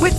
With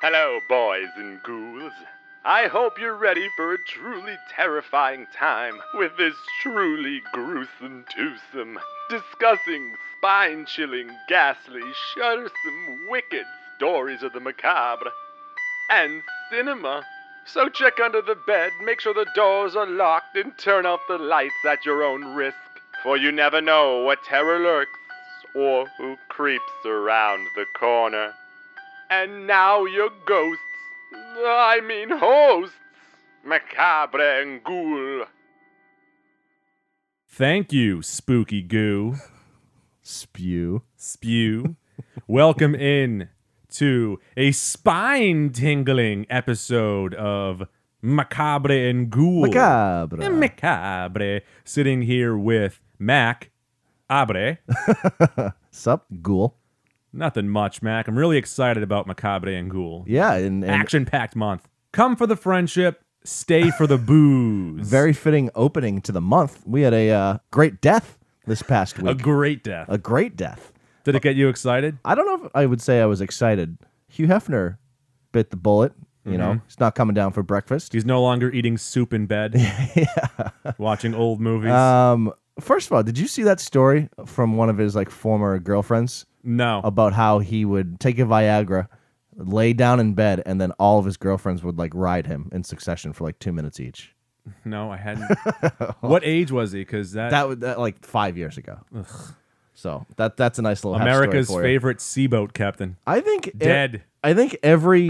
Hello, boys and ghouls. I hope you're ready for a truly terrifying time with this truly gruesome twosome, discussing spine chilling, ghastly, shuddersome, wicked stories of the macabre and cinema. So check under the bed, make sure the doors are locked, and turn off the lights at your own risk, for you never know what terror lurks or who creeps around the corner. And now your ghosts, I mean hosts, macabre and ghoul. Thank you, spooky goo. Spew. Spew. Welcome in to a spine tingling episode of Macabre and Ghoul. Macabre. Macabre. Sitting here with Mac Abre. Sup, ghoul. Nothing much, Mac. I'm really excited about Macabre and Ghoul. Yeah, and, and Action packed month. Come for the friendship, stay for the booze. very fitting opening to the month. We had a uh, great death this past a week. great death. a great death. Did it get you excited? I don't know if I would say I was excited. Hugh Hefner bit the bullet. You know, he's not coming down for breakfast. He's no longer eating soup in bed, watching old movies. Um, first of all, did you see that story from one of his like former girlfriends no. about how he would take a Viagra, lay down in bed, and then all of his girlfriends would like ride him in succession for like two minutes each? No, I hadn't. what age was he? Because that, That was that, like five years ago. So that that's a nice little half story America's for you. favorite seaboat captain. I think e- Dead. I think every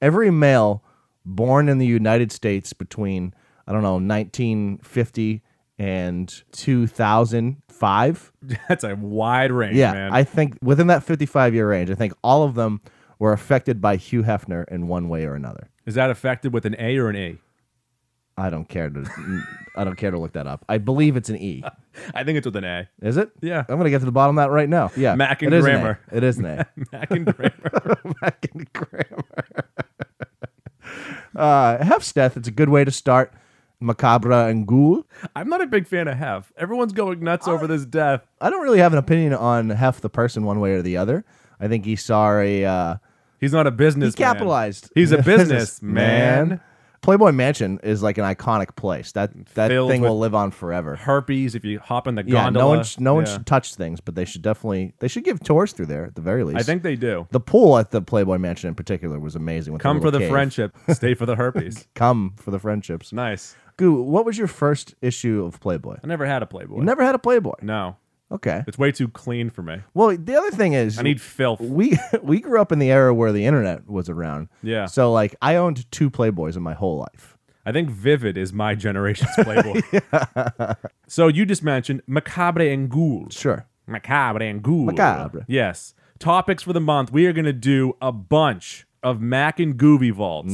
every male born in the United States between I don't know 1950 and 2005. That's a wide range, Yeah, man. I think within that 55 year range, I think all of them were affected by Hugh Hefner in one way or another. Is that affected with an A or an E? A? I don't care to I don't care to look that up. I believe it's an E. I think it's with an A. Is it? Yeah. I'm gonna get to the bottom of that right now. Yeah. Mac and it is an A. grammar. It is an A. Mac and Kramer. Mac and grammar. uh, Hefsteth, it's a good way to start. Macabre and Ghoul. I'm not a big fan of Hef. Everyone's going nuts over this death. I don't really have an opinion on Hef the person one way or the other. I think he saw a uh, He's not a business. he capitalized. He's a man. businessman. Playboy Mansion is like an iconic place. That that Filled thing will with live on forever. Herpes. If you hop in the Yeah, gondola. no one sh- no one Yeah. should touch things, but they should definitely they should give tours through there at the very least. I think they do. the pool at the Playboy Mansion in particular was amazing. With Come for little the cave. friendship, stay for the herpes. Come for the friendships. nice. Goo, what was your first issue of Playboy? I never had a Playboy. You never had a Playboy. No, Okay. it's way too clean for me. Well, the other thing is, I need filth. we we grew up in the era where the internet was around. Yeah. So like, I owned two Playboys in my whole life. I think Vivid is my generation's Playboy. so you just mentioned Macabre and Ghoul. Sure. Macabre and Ghoul. Macabre. Yes. Topics for the month. We are going to do a bunch of Mac and Goovy vaults,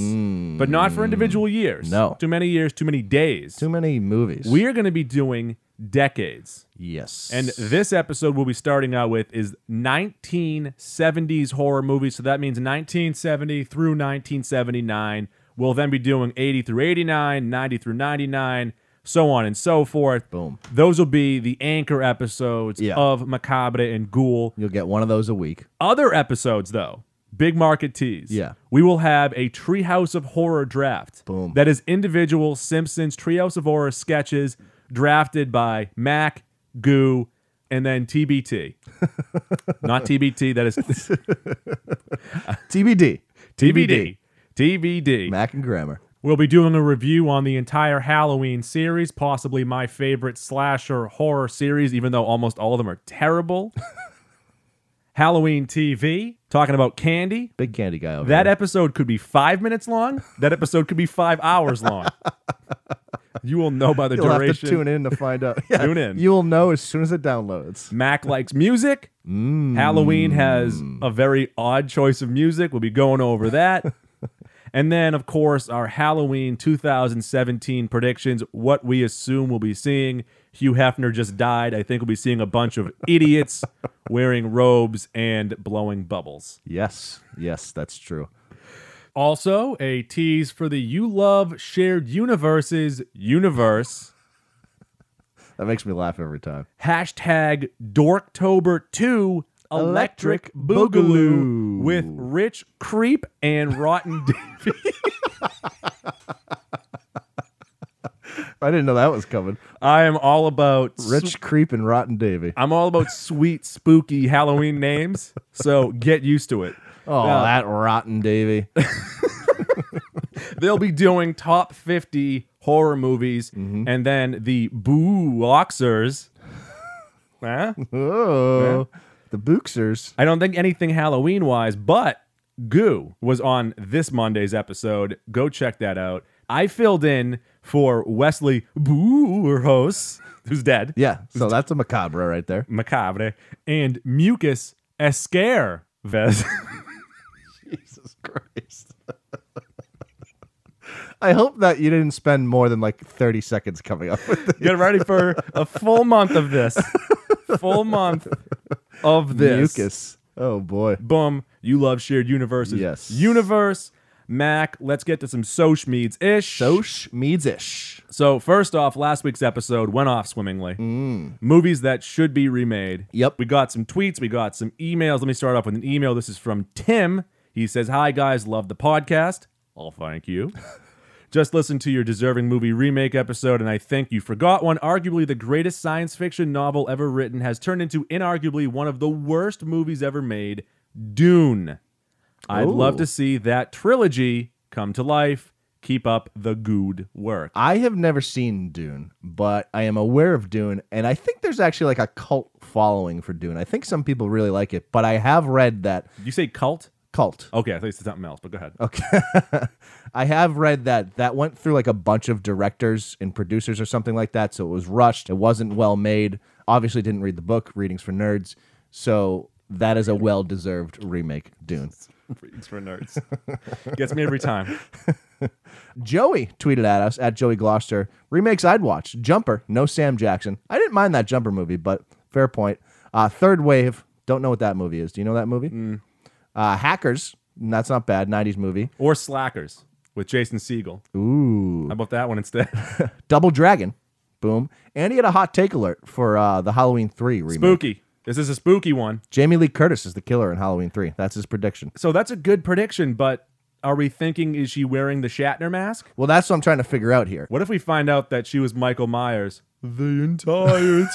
but not for individual years. Mm. No. Too many years, too many days. Too many movies. we are going to be doing decades. yes. And this episode we'll be starting out with is 1970s horror movies. So that means 1970 through 1979. We'll then be doing 80 through 89, 90 through 99, so on and so forth. Boom. Those will be the anchor episodes Yeah. of Macabre and Ghoul. you'll get one of those a week. Other episodes, though, big market tease. Yeah. We will have a Treehouse of Horror draft. Boom. That is individual Simpsons Treehouse of Horror sketches drafted by Mac, Goo, and then TBT. Not TBT, that is TBD. TBD. TBD. Mac and grammar. We'll be doing a review on the entire Halloween series, possibly my favorite slasher horror series, even though almost all of them are terrible. Halloween TV, talking about candy, Big candy guy over That here. episode could be five minutes long. That episode could be five hours long. You will know by the You'll duration. have to tune in to find out. Yeah, Tune in. You'll know as soon as it downloads. Mac likes music. Mm. Halloween has a very odd choice of music. We'll be going over that. and then, of course, our Halloween 2017 predictions, what we assume we'll be seeing. Hugh Hefner just died. I think we'll be seeing a bunch of idiots wearing robes and blowing bubbles. Yes, yes, that's true. Also, a tease for the You Love Shared Universes universe. That makes me laugh every time. hashtag dorktober2 electric Electric boogaloo Boogaloo. with rich creep and rotten Davy. I didn't know that was coming. i am all about Rich Creep and Rotten Davy. i'm all about sweet spooky halloween names so get used to it Oh, Yeah. that Rotten Davy. they'll be doing top 50 horror movies and then the boo boxers huh? Oh, the Booksers. I don't think anything Halloween wise, but Goo was on this Monday's episode. Go check that out. I filled in for Wesley Burros, who's dead. Yeah, so that's a macabre right there. Macabre. And Mucus Escarvez. Jesus Christ. I hope that you didn't spend more than like 30 seconds coming up with this. Get ready for a full month of this. Full month of this. Mucus. Oh, boy. Boom. You love shared universes. Yes. Universe. Mac, let's get to some Soch Meads ish. Dosh means ish. So first off, last week's episode went off swimmingly. Movies that should be remade. Mm. Yep. We got some tweets. We got some emails. Let me start off with an email. This is from Tim. He says, "Hi guys, love the podcast. I'll thank you." Just listened to your deserving movie remake episode, and I think you forgot one. Arguably the greatest science fiction novel ever written has turned into inarguably one of the worst movies ever made, Dune. I'd Ooh. love to see that trilogy come to life. Keep up the good work. I have never seen Dune, but I am aware of Dune, and I think there's actually like a cult following for Dune. I think some people really like it, but I have read that You say cult? cult. Okay, I thought you said something else, but go ahead. Okay. I have read that that went through like a bunch of directors and producers or something like that. So it was rushed. It wasn't well made. Obviously, didn't read the book, Readings for Nerds. So that is a well deserved remake, Dune. Freaks for nerds. Gets me every time. Joey tweeted at us at Joey Gloucester remakes I'd watch Jumper, no Sam Jackson. I didn't mind that Jumper movie, but fair point. Uh, Third Wave, don't know what that movie is. Do you know that movie? Uh, Hackers, that's not bad, 90s movie. Or Slackers with Jason Siegel. Ooh. How about that one instead? Double Dragon, boom. And he had a hot take alert for uh, the Halloween 3 remake. spooky. This is a spooky one. Jamie Lee Curtis is the killer in Halloween 3. That's his prediction. So that's a good prediction, but are we thinking is she wearing the Shatner mask? Well, that's what I'm trying to figure out here. What if we find out that she was Michael Myers the entire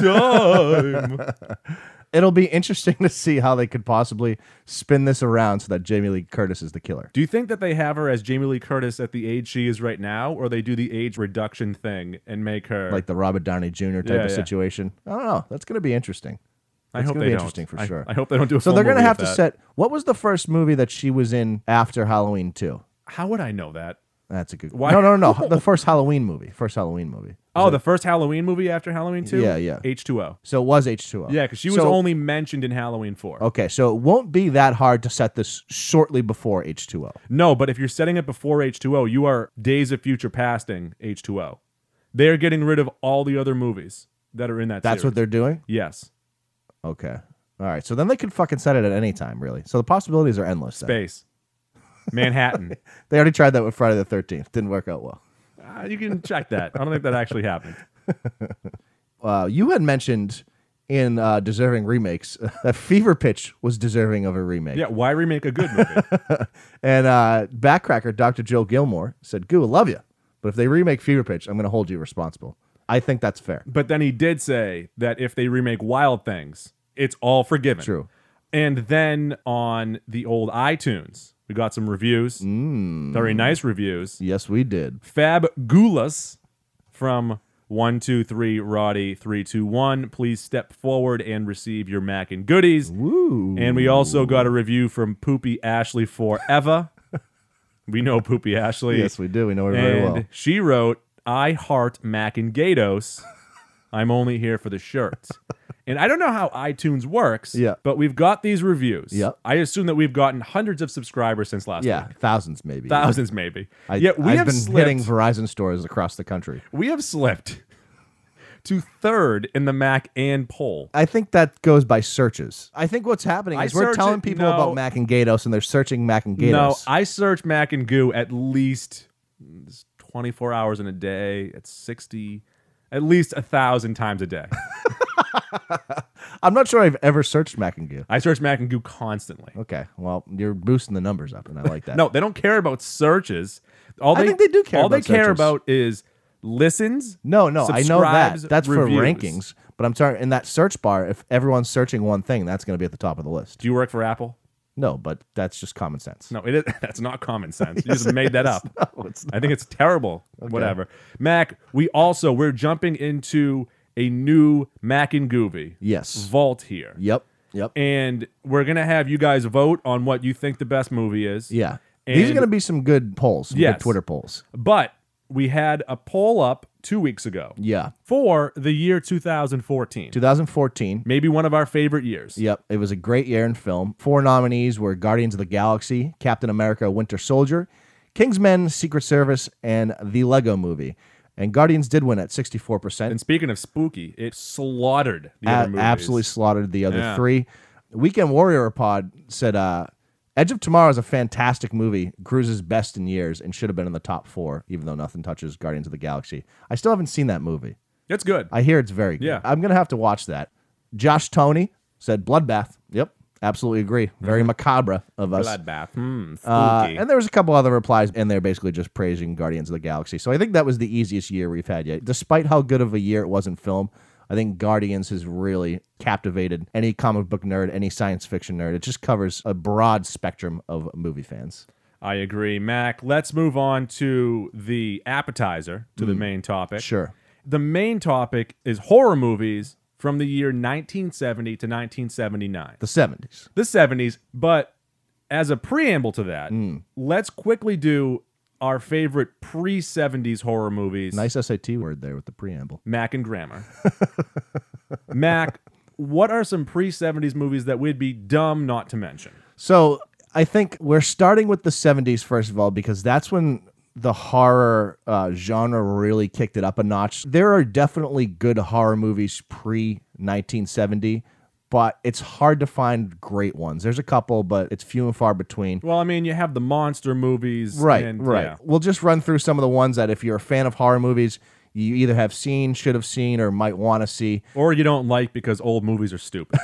time? It'll be interesting to see how they could possibly spin this around so that Jamie Lee Curtis is the killer. do you think that they have her as Jamie Lee Curtis at the age she is right now, or they do the age reduction thing and make her like the Robert Downey Jr. type Yeah, of yeah. situation. I don't know. That's going to be interesting. I That's hope gonna they be don't. interesting for I- sure. I hope they don't do a So full they're gonna movie have with to that. set. What was the first movie that she was in after Halloween Two? How would I know that? That's a good. Why- No, no, no, no. the first Halloween movie. First Halloween movie. Oh, the first Halloween movie after Halloween 2? Yeah, Uh, yeah. H2O. So it was H two O. Yeah, because she was only mentioned in Halloween 4. Okay, so it won't be that hard to set this shortly before H two O. No, but if you're setting it before H2O, you are Days of Future Pasting H2O. They're getting rid of all the other movies that are in that That's what series. they're doing. Yes. Okay. All right. So then they could fucking set it at any time, really. So the possibilities are endless. Then. Space. Manhattan. They already tried that with Friday the Thirteenth. Didn't work out well. Ah, you can check that. I don't think that actually happened. uh, you had mentioned in uh, deserving remakes that Fever Pitch was deserving of a remake. Yeah, why remake a good movie? And uh, Backcracker, Dr. Joe Gilmore said, Goo, I love you. But if they remake Fever Pitch, I'm going to hold you responsible. I think that's fair. But then he did say that if they remake Wild Things, it's all forgiven. True. And then on the old iTunes, we got some reviews. Mm. Very nice reviews. Yes, we did. Fab Gulas from 123 Roddy 321. Please step forward and receive your Mac and goodies. Woo. And we also got a review from Poopy Ashley Forever. we know Poopy Ashley. Yes, we do. We know her very And well. she wrote, I heart Mac and Gatos. I'm only here for the shirts. And I don't know how iTunes works, Yeah. but we've got these reviews. Yep. I assume that we've gotten hundreds of subscribers since last Yeah, week. thousands maybe. Thousands maybe. I, Yet we I've have been slipped, hitting Verizon stores across the country. we have slipped to third in the Mac and poll. I think that goes by searches. I think what's happening I is we're search telling it- people no. about Mac and Gatos, and they're searching Mac and No, Gatos. I search Mac and Goo at least 24 hours in a day. At 60, at least a thousand times a day. I'm not sure I've ever searched Mac and Goo. I search Mac and Goo constantly. Okay, well, you're boosting the numbers up, and I like that. No, they don't care about searches. All I they, think they do care All about they care searches. about is listens. No, no, I know subscribes, that. That's reviews. for rankings. But I'm sorry, in that search bar, if everyone's searching one thing, that's going to be at the top of the list. Do you work for Apple? No, but that's just common sense. No, it is. That's not common sense. You just made that up. I think it's terrible. Whatever. Mac, we also we're jumping into a new Mac and Goovy Yes. vault here. Yep. Yep. and we're gonna have you guys vote on what you think the best movie is. yeah. These are And- going to be some good polls, some Yes. good Twitter polls. But we had a poll up two weeks ago. Yeah. For the year 2014, 2014. maybe one of our favorite years. Yep. It was a great year in film. Four nominees were Guardians of the Galaxy, Captain America, Winter Soldier, Kingsmen, Secret Service, and The Lego Movie. And Guardians did win at 64%. And speaking of spooky, it slaughtered the a- other movies. absolutely slaughtered the other Yeah. three. Weekend Warrior Pod said, uh, Edge of Tomorrow is a fantastic movie, Cruise's best in years, and should have been in the top four, even though nothing touches Guardians of the Galaxy. I still haven't seen that movie. It's good. I hear it's very good. Yeah. I'm going to have to watch that. Josh Tony said, Bloodbath. Yep, absolutely agree. Mm-hmm. Very macabre of us. Bloodbath. Hmm. Spooky. Uh, and there was a couple other replies, and they're basically just praising Guardians of the Galaxy. So I think that was the easiest year we've had yet, despite how good of a year it was in film. I think Guardians has really captivated any comic book nerd, any science fiction nerd. It just covers a broad spectrum of movie fans. I agree, Mac. Let's move on to the appetizer to the main topic. Mm. Sure. The main topic is horror movies from the year 1970 to 1979. The seventies. the 70s. But as a preamble to that, Mm. let's quickly do our favorite pre 70s horror movies. Nice SAT word there with the preamble. Mac and Grammar. Mac, what are some pre 70s movies that we'd be dumb not to mention? So I think we're starting with the 70s, first of all, because that's when the horror uh, genre really kicked it up a notch. There are definitely good horror movies pre 1970, but it's hard to find great ones. There's a couple, but it's few and far between. Well, I mean, you have the monster movies. Right, and- right. yeah. We'll just run through some of the ones that if you're a fan of horror movies, you either have seen, should have seen, or might want to see. Or you don't like because old movies are stupid.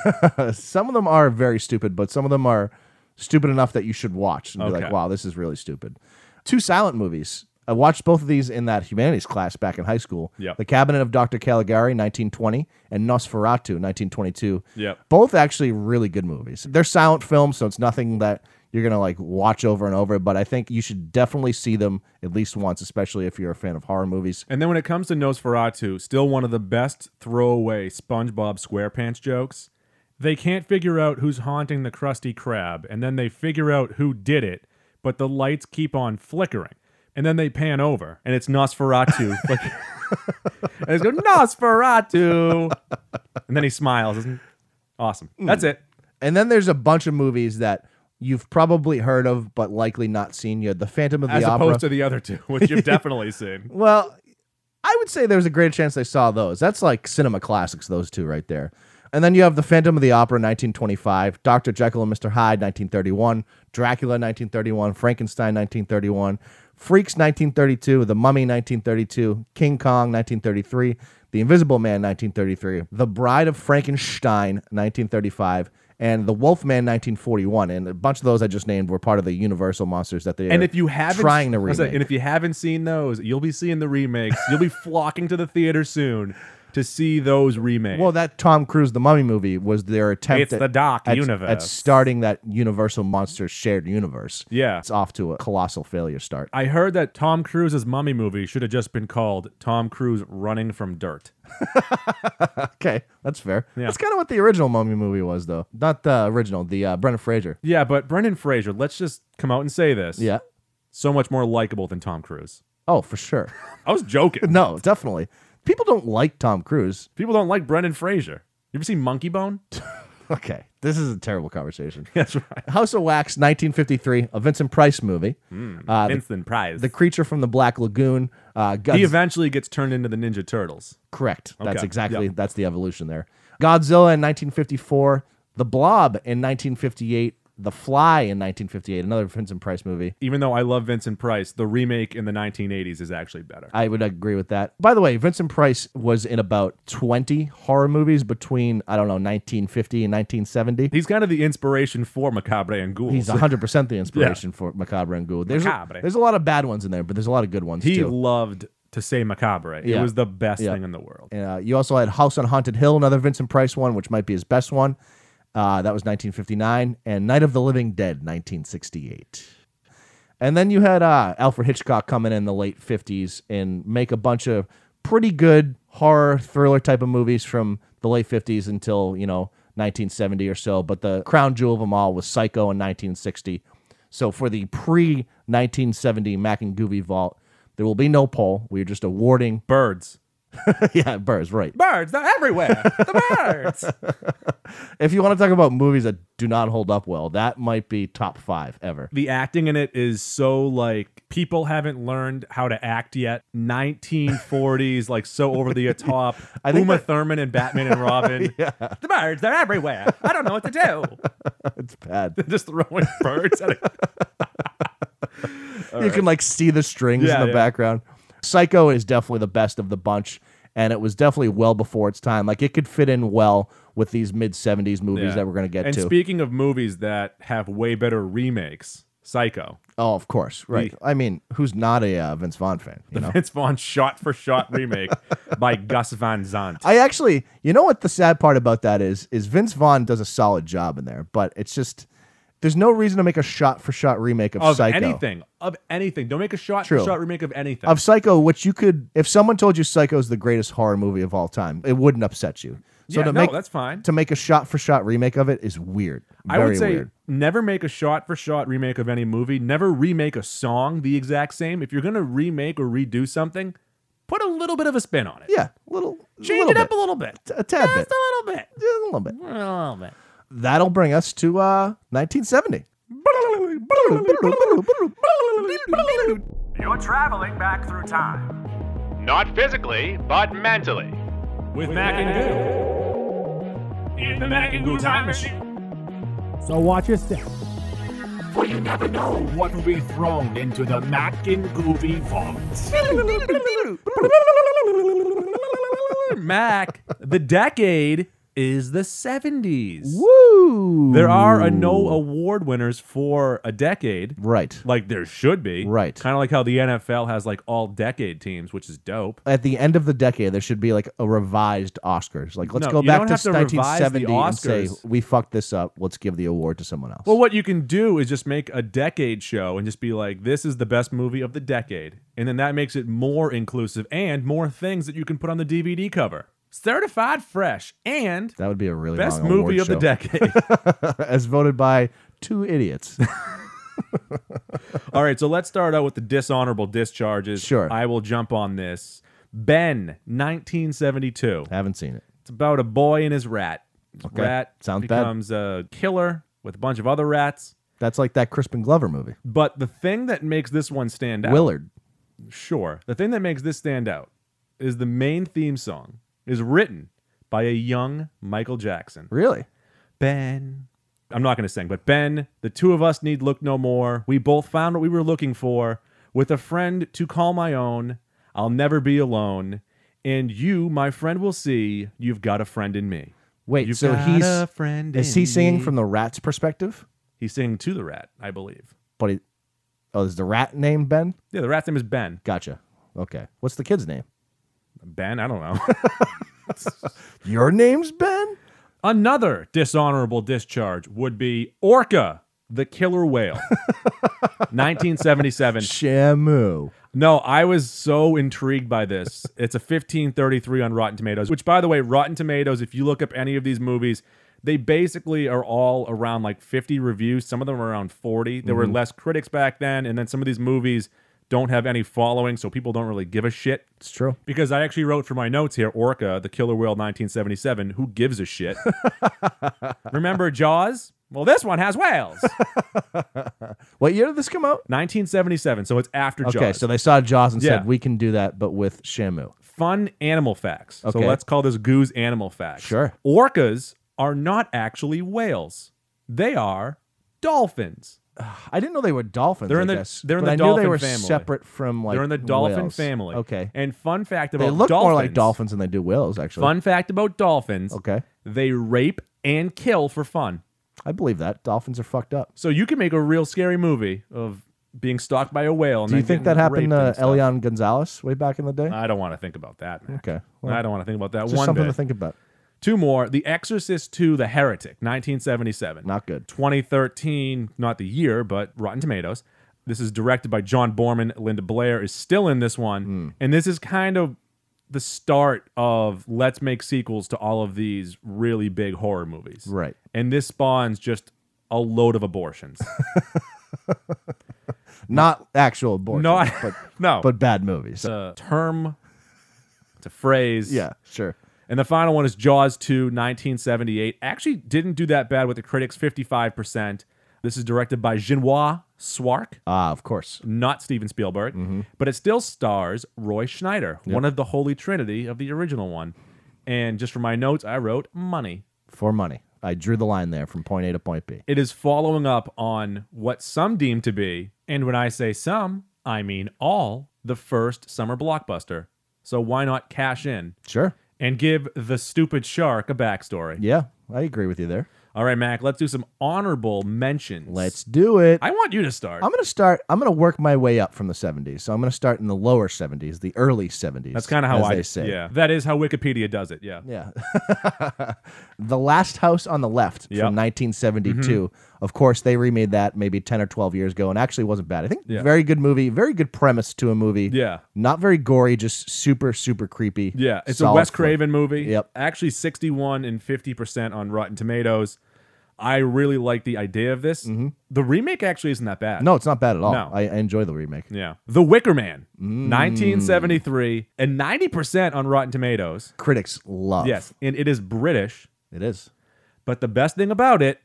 Some of them are very stupid, but some of them are stupid enough that you should watch and be Okay. like, wow, this is really stupid. Two silent movies. I watched both of these in that humanities class back in high school. Yep. The Cabinet of Dr. Caligari, 1920, and Nosferatu, 1922. Yep. Both actually really good movies. They're silent films, so it's nothing that you're going to like watch over and over, but I think you should definitely see them at least once, especially if you're a fan of horror movies. and then when it comes to Nosferatu, still one of the best throwaway SpongeBob SquarePants jokes. They can't figure out who's haunting the Krusty Krab, and then they figure out who did it, but the lights keep on flickering. And then they pan over, and it's Nosferatu. flick- and it's going, Nosferatu. and then he smiles. Isn't Awesome. Mm. That's it. And then there's a bunch of movies that you've probably heard of, but likely not seen yet. The Phantom of As the Opera. opposed to the other two, which you've definitely seen. Well, I would say there's a greater chance they saw those. That's like cinema classics, those two right there. And then you have The Phantom of the Opera, 1925, Dr. Jekyll and Mr. Hyde, 1931, Dracula, 1931, Frankenstein, 1931, Freaks, 1932, The Mummy, 1932, King Kong, 1933, The Invisible Man, 1933, The Bride of Frankenstein, 1935, and The Wolfman, 1941. And a bunch of those I just named were part of the Universal monsters that they And are if you haven't trying to I was remake. like, and if you haven't seen those, you'll be seeing the remakes. you'll be flocking to the theater soon to see those remakes. Well, that Tom Cruise the Mummy movie was their attempt. It's the dark at, universe. at starting that Universal monster shared universe. Yeah. it's off to a colossal failure start. I heard that Tom Cruise's mummy movie should have just been called Tom Cruise Running from Dirt. Okay, that's fair. Yeah. That's kind of what the original Mummy movie was, though. Not the original. The uh, Brendan Fraser. Yeah, but Brendan Fraser, let's just come out and say this. Yeah. So much more likable than Tom Cruise. Oh, for sure. I was joking. no, definitely. People don't like Tom Cruise. People don't like Brendan Fraser. You ever seen Monkey Bone? Okay, this is a terrible conversation. That's right. House of Wax, 1953, a Vincent Price movie. Uh, the, Vincent Price. the creature from the Black Lagoon. Uh, Hmm. he Godz- eventually gets turned into the Ninja Turtles. Correct. That's Okay, exactly yep. that's the evolution there. Godzilla in 1954, The Blob in 1958, The Fly in 1958, another Vincent Price movie. Even though I love Vincent Price, the remake in the 1980s is actually better. I would agree with that. By the way, Vincent Price was in about 20 horror movies between I don't know 1950 and 1970. He's kind of the inspiration for Macabre and Ghouls. He's 100% the inspiration for Macabre and Ghoul. There's a, Macabre. there's a lot of bad ones in there, but there's a lot of good ones he too. loved to say Macabre. Yeah. It was the best Yeah. thing in the world. And, uh, you also had House on Haunted Hill, another Vincent Price one, which might be his best one. Uh, that was 1959, and Night of the Living Dead, 1968. And then you had uh, Alfred Hitchcock coming in the late 50s and make a bunch of pretty good horror thriller type of movies from the late 50s until, you know, 1970 or so. But the crown jewel of them all was Psycho in 1960. So for the pre 1970 Mac and Goovy vault, there will be no poll. We're just awarding. Birds. yeah, Burrs, right. Birds, they're everywhere. the birds. If you want to talk about movies that do not hold up well, that might be top five ever. The acting in it is so like people haven't learned how to act yet. 1940s, like so over the top. I think Uma that- Thurman and Batman and Robin. The birds, they're everywhere. I don't know what to do. It's bad. Just throwing birds at it. you can like see the strings Yeah, in the yeah. background. Psycho is definitely the best of the bunch, and it was definitely well before its time. Like it could fit in well with these mid '70s movies Yeah. that we're gonna get and to. speaking of movies that have way better remakes, Psycho. oh, of course, right. I mean, who's not a uh, Vince Vaughn fan? You know. Vince Vaughn's shot for shot remake by Gus Van Sant. I actually, you know what the sad part about that is, is Vince Vaughn does a solid job in there, but it's just there's no reason to make a shot for shot remake of, of Psycho. anything. Of anything. Don't make a shot True. for shot remake of anything. of Psycho, which you could, if someone told you Psycho is the greatest horror movie of all time, it wouldn't upset you. So Yeah, to no, make that's fine. To make a shot-for-shot remake of it is weird. I would Very say weird. never make a shot for shot remake of any movie. Never remake a song the exact same. If you're going to remake or redo something, put a little bit of a spin on it. yeah, little Change little it up bit. a little bit. a tad Just bit, a little bit. Just a little bit. A little bit. That'll bring us to uh, 1970. You're traveling back through time. Not physically, but mentally. With Mac and Goo. In the Mac and Goo time machine. So watch your step. You never know what will be thrown into the Mac and Goovy vault. Mac, the decade is the 70s. Woo! There are a no award winners for a decade. right Like there should be. Right. Kind of like how the NFL has like all decade teams, which is dope. at the end of the decade. There should be like a revised Oscars. Like let's No, go you back don't to have to revise the 1970 and say Oscars. we fucked this up. Let's give the award to someone else. Well, what you can do is just make a decade show and just be like, this is the best movie of the decade. And then that makes it more inclusive and more things that you can put on the DVD cover. Certified fresh and that would be a really best long award movie of the show. decade. as voted by two idiots. All right, so let's start out with the dishonorable discharges. Sure. I will jump on this. Ben, 1972. Haven't seen it. It's about a boy and his rat. His Okay, Rat sounds bad. becomes a killer with a bunch of other rats. That's like that Crispin Glover movie. But the thing that makes this one stand out, Willard. sure, the thing that makes this stand out is the main theme song is written by a young Michael Jackson. Really? Ben. I'm not going to sing, but Ben, the two of us need look no more. We both found what we were looking for with a friend to call my own. I'll never be alone. And you, my friend, will see you've got a friend in me. Wait, You've so got he's a friend is in he singing me. from the rat's perspective? He's singing to the rat, I believe. But he, oh, is the rat named Ben? Yeah, the rat's name is Ben. Gotcha. Okay. What's the kid's name? Ben, I don't know. Your name's Ben? Another dishonorable discharge would be Orca, the killer whale. 1977. Shamu. No, I was so intrigued by this. It's a 1533 on Rotten Tomatoes, which by the way, Rotten Tomatoes, if you look up any of these movies, they basically are all around like 50 reviews. Some of them are around 40. There were less critics back then, and then some of these movies don't have any following, so people don't really give a shit. It's true. Because I actually wrote for my notes here Orca, the killer whale 1977. Who gives a shit? Remember Jaws? Well, this one has whales. What year did this come out? 1977, so it's after Jaws. Okay, so they saw Jaws and Yeah. said we can do that, but with Shamu. fun animal facts. So Okay. let's call this goose animal facts. Sure. Orcas are not actually whales. They are dolphins. I didn't know they were dolphins. They're in I the- guess, they're in but the I knew dolphin they were family. separate from like They're in the dolphin whales. family. Okay, And fun fact about they look dolphins. more like dolphins than they do whales. Actually, Fun fact about dolphins. Okay, They rape and kill for fun. I believe that dolphins are fucked up. So you can make a real scary movie of being stalked by a whale. And Do you then think that getting happened raped and to stuff. Elian Gonzalez way back in the day? I don't want to think about that. man. okay, well, I don't want to think about that just one something bit. to think about. Two more. The Exorcist 2, The Heretic, 1977. Not good. 2013, not the year, but Rotten Tomatoes. This is directed by John Borman. Linda Blair is still in this one. Hmm. And this is kind of the start of let's make sequels to all of these really big horror movies. Right. And this spawns just a load of abortions. Not actual abortion. Not, but no. but bad movies. a term, it's a phrase. yeah, sure. And the final one is Jaws 2, 1978. Actually, didn't do that bad with the critics, 55%. This is directed by Genois Swark, Ah, of course. not Steven Spielberg, but it still stars Roy Schneider, one of the holy trinity of the original one. And just for my notes, I wrote money. For money, I drew the line there from point A to point B. It is following up on what some deem to be, and when I say some, I mean all, the first summer blockbuster. So why not cash in Sure. and give the stupid shark a backstory? Yeah, I agree with you there. All right, Mac, let's do some honorable mentions. Let's do it. I want you to start. I'm gonna start. I'm gonna work my way up from the 70s. So I'm gonna start in the lower 70s, the early 70s. That's kind of how as I they say. Yeah, that is how Wikipedia does it. Yeah. Yeah. the Last House on the Left Yep. Mm-hmm. from 1972. Of course, they remade that maybe 10 or 12 years ago, and actually wasn't bad. I think Yeah. very good movie, very good premise to a movie. Yeah. Not very gory, just super super creepy. Yeah, it's a Solid Wes flick. Craven movie. Yep. Actually, 61 and 50% on Rotten Tomatoes. I really like the idea of this. The remake actually isn't that bad. Mm-hmm. No, it's not bad at all. No. I, I enjoy the remake. Yeah. The Wicker Man, Mm. 1973, and 90% on Rotten Tomatoes. Critics love. Yes. And it is British, it is. but the best thing about it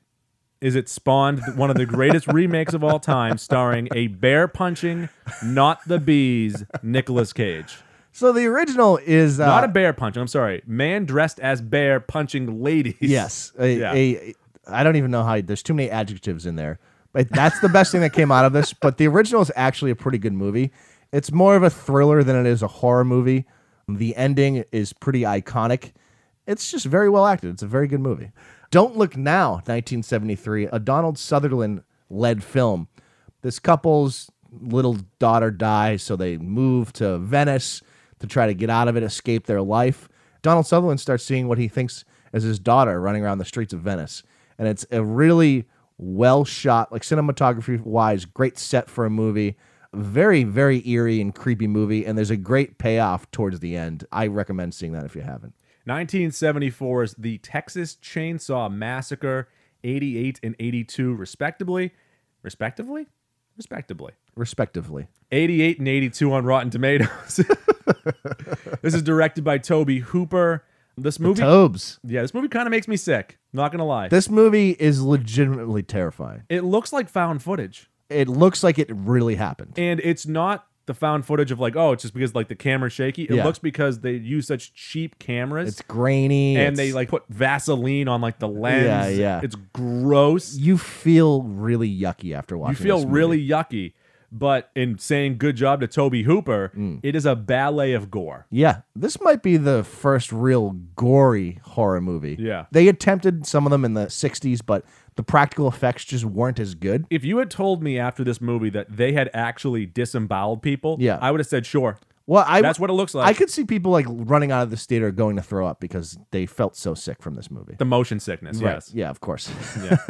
is it spawned one of the greatest remakes of all time, starring a bear punching, not the bees, Nicolas Cage. So the original is uh, Not a bear punching. I'm sorry. Man dressed as bear punching ladies. Yes. A, Yeah. a- I don't even know how. There's too many adjectives in there. But that's the best thing that came out of this. But the original is actually a pretty good movie. It's more of a thriller than it is a horror movie. The ending is pretty iconic. It's just very well acted. It's a very good movie. Don't Look Now, 1973, a Donald Sutherland led film. This couple's little daughter dies, so they move to Venice to try to get out of it, escape their life. Donald Sutherland starts seeing what he thinks as his daughter running around the streets of Venice. And it's a really well shot, like cinematography wise, great set for a movie. Very, very eerie and creepy movie. And there's a great payoff towards the end. I recommend seeing that if you haven't. 1974's The Texas Chainsaw Massacre, 88 and 82, respectively. Respectively? Respectively. Respectively. 88 and 82 on Rotten Tomatoes. this is directed by Toby Hooper. This movie, Tobes. yeah, this movie kind of makes me sick. Not gonna lie, This movie is legitimately terrifying. it looks like found footage, It looks like it really happened. and it's not the found footage of like, oh, it's just because like the camera's shaky. It Yeah. looks because they use such cheap cameras, It's grainy. and it's- they like put Vaseline on like the lens. Yeah, yeah. It's gross. you feel really yucky after watching. you feel this movie. really yucky. But in saying good job to Toby Hooper, Mm. it is a ballet of gore. Yeah, this might be the first real gory horror movie. Yeah. They attempted some of them in the 60s, but the practical effects just weren't as good. If you had told me after this movie that they had actually disemboweled people, Yeah. I would have said sure. Well, I That's what it looks like. I could see people like running out of this theater going to throw up because they felt so sick from this movie. The motion sickness, Right. yes. Yeah, of course.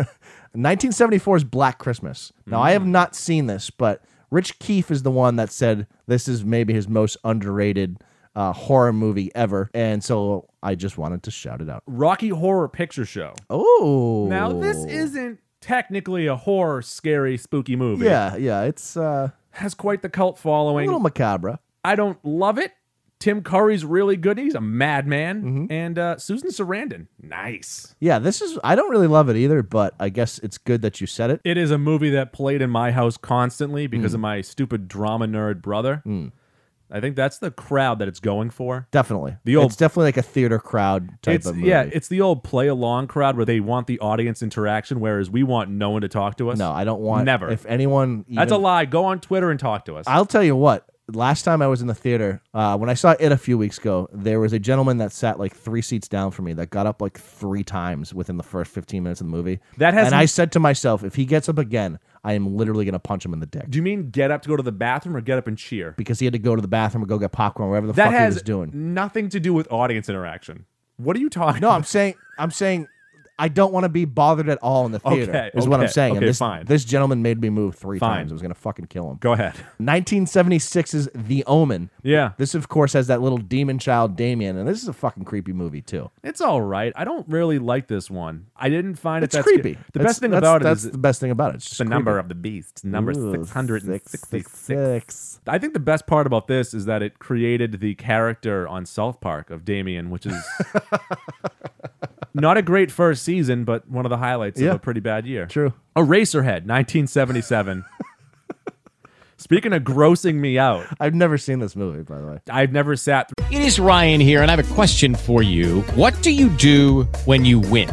1974 is Black Christmas. Now, I Mm. have not seen this, but Rich Keefe is the one that said this is maybe his most underrated uh, horror movie ever. And so I just wanted to shout it out. Rocky Horror Picture Show. Oh. Now this isn't technically a horror, scary, spooky movie. Yeah, yeah, it's uh has quite the cult A following. little macabre. I don't love it. Tim Curry's really good. He's a madman. Mm-hmm. And uh, Susan Sarandon, nice. Yeah, this is. I don't really love it either, but I guess it's good that you said it. It is a movie that played in my house constantly because of Mm. my stupid drama nerd brother. I think that's the crowd that it's going for. Definitely. The old- it's definitely like a theater crowd type it's of movie. yeah, it's the old play along crowd where they want the audience interaction, whereas we want no one to talk to us. no, I don't want. Never. If anyone. Even, That's a lie. Go on Twitter and talk to us. I'll tell you what. Last time I was in the theater, uh, when I saw it a few weeks ago, there was a gentleman that sat like three seats down from me that got up like three times within the first 15 minutes of the movie. That has- And I said to myself, if he gets up again, I am literally going to punch him in the dick. Do you mean get up to go to the bathroom or get up and cheer? because he had to go to the bathroom or go get popcorn, whatever the That fuck he has was doing. nothing to do with audience interaction. What are you talking No, about? I'm saying I'm saying I don't want to be bothered at all in the theater. Okay, is what I'm okay, saying. okay, and this, fine. this gentleman made me move three Fine. times. I was gonna fucking kill him. Go ahead. 1976's The Omen. Yeah. This, of course, has that little demon child Damien, and this is a fucking creepy movie too. It's all right. I don't really like this one. I didn't find it It's that sca- creepy. The That's- best thing that's- about that's it is the best thing about it. It's it's just the number creepy. of the beast, number Ooh, 666. 666. I think the best part about this is that it created the character on South Park of Damien, which is not a great first season, but one of the highlights Yeah. of a pretty bad year. True. Eraserhead, 1977. Speaking of grossing me out, I've never seen this movie, by the way. I've never sat through It is Ryan here, and I have a question for you. What do you do when you win?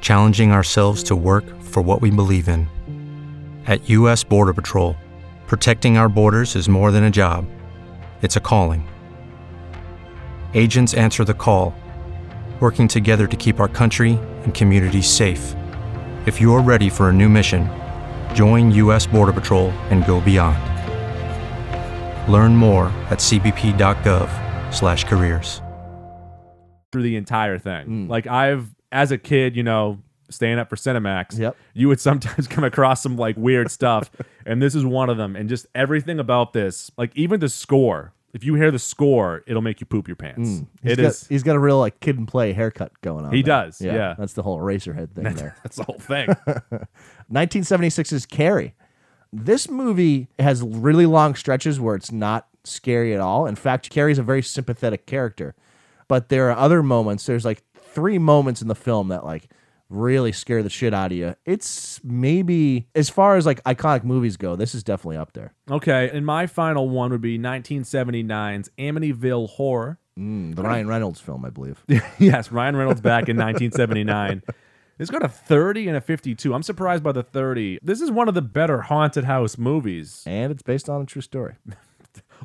challenging ourselves to work for what we believe in. At U.S. Border Patrol, protecting our borders is more than a job, it's a calling. Agents answer the call, working together to keep our country and communities safe. If you're ready for a new mission, join U.S. Border Patrol and go beyond. Learn more at cbp.gov/careers. the entire Hmm. thing. Like I've, as a kid, you know, staying up for Cinemax, Yep. you would sometimes come across some like weird stuff, and this is one of them. And just everything about this, like even the score. If you hear the score, it'll make you poop your pants. Hmm. He's It got- is. He's got a real like kid and play haircut going on. He there. does, yeah. that's the whole Eraserhead thing there. That's the whole thing. 1976's Carrie. This movie has really long stretches where it's not scary at all. In fact, Carrie's a very sympathetic character. But there are other moments. There's like three moments in the film that like really scare the shit out of you. It's maybe as far as like iconic movies go, this is definitely up there. okay, and my final one would be 1979's Amityville Horror. Mm, The Ryan Reynolds film, I believe. yes, Ryan Reynolds back in 1979. It's got a 30 and a 52. I'm surprised by the 30. This is one of the better haunted house movies, And it's based on a true story.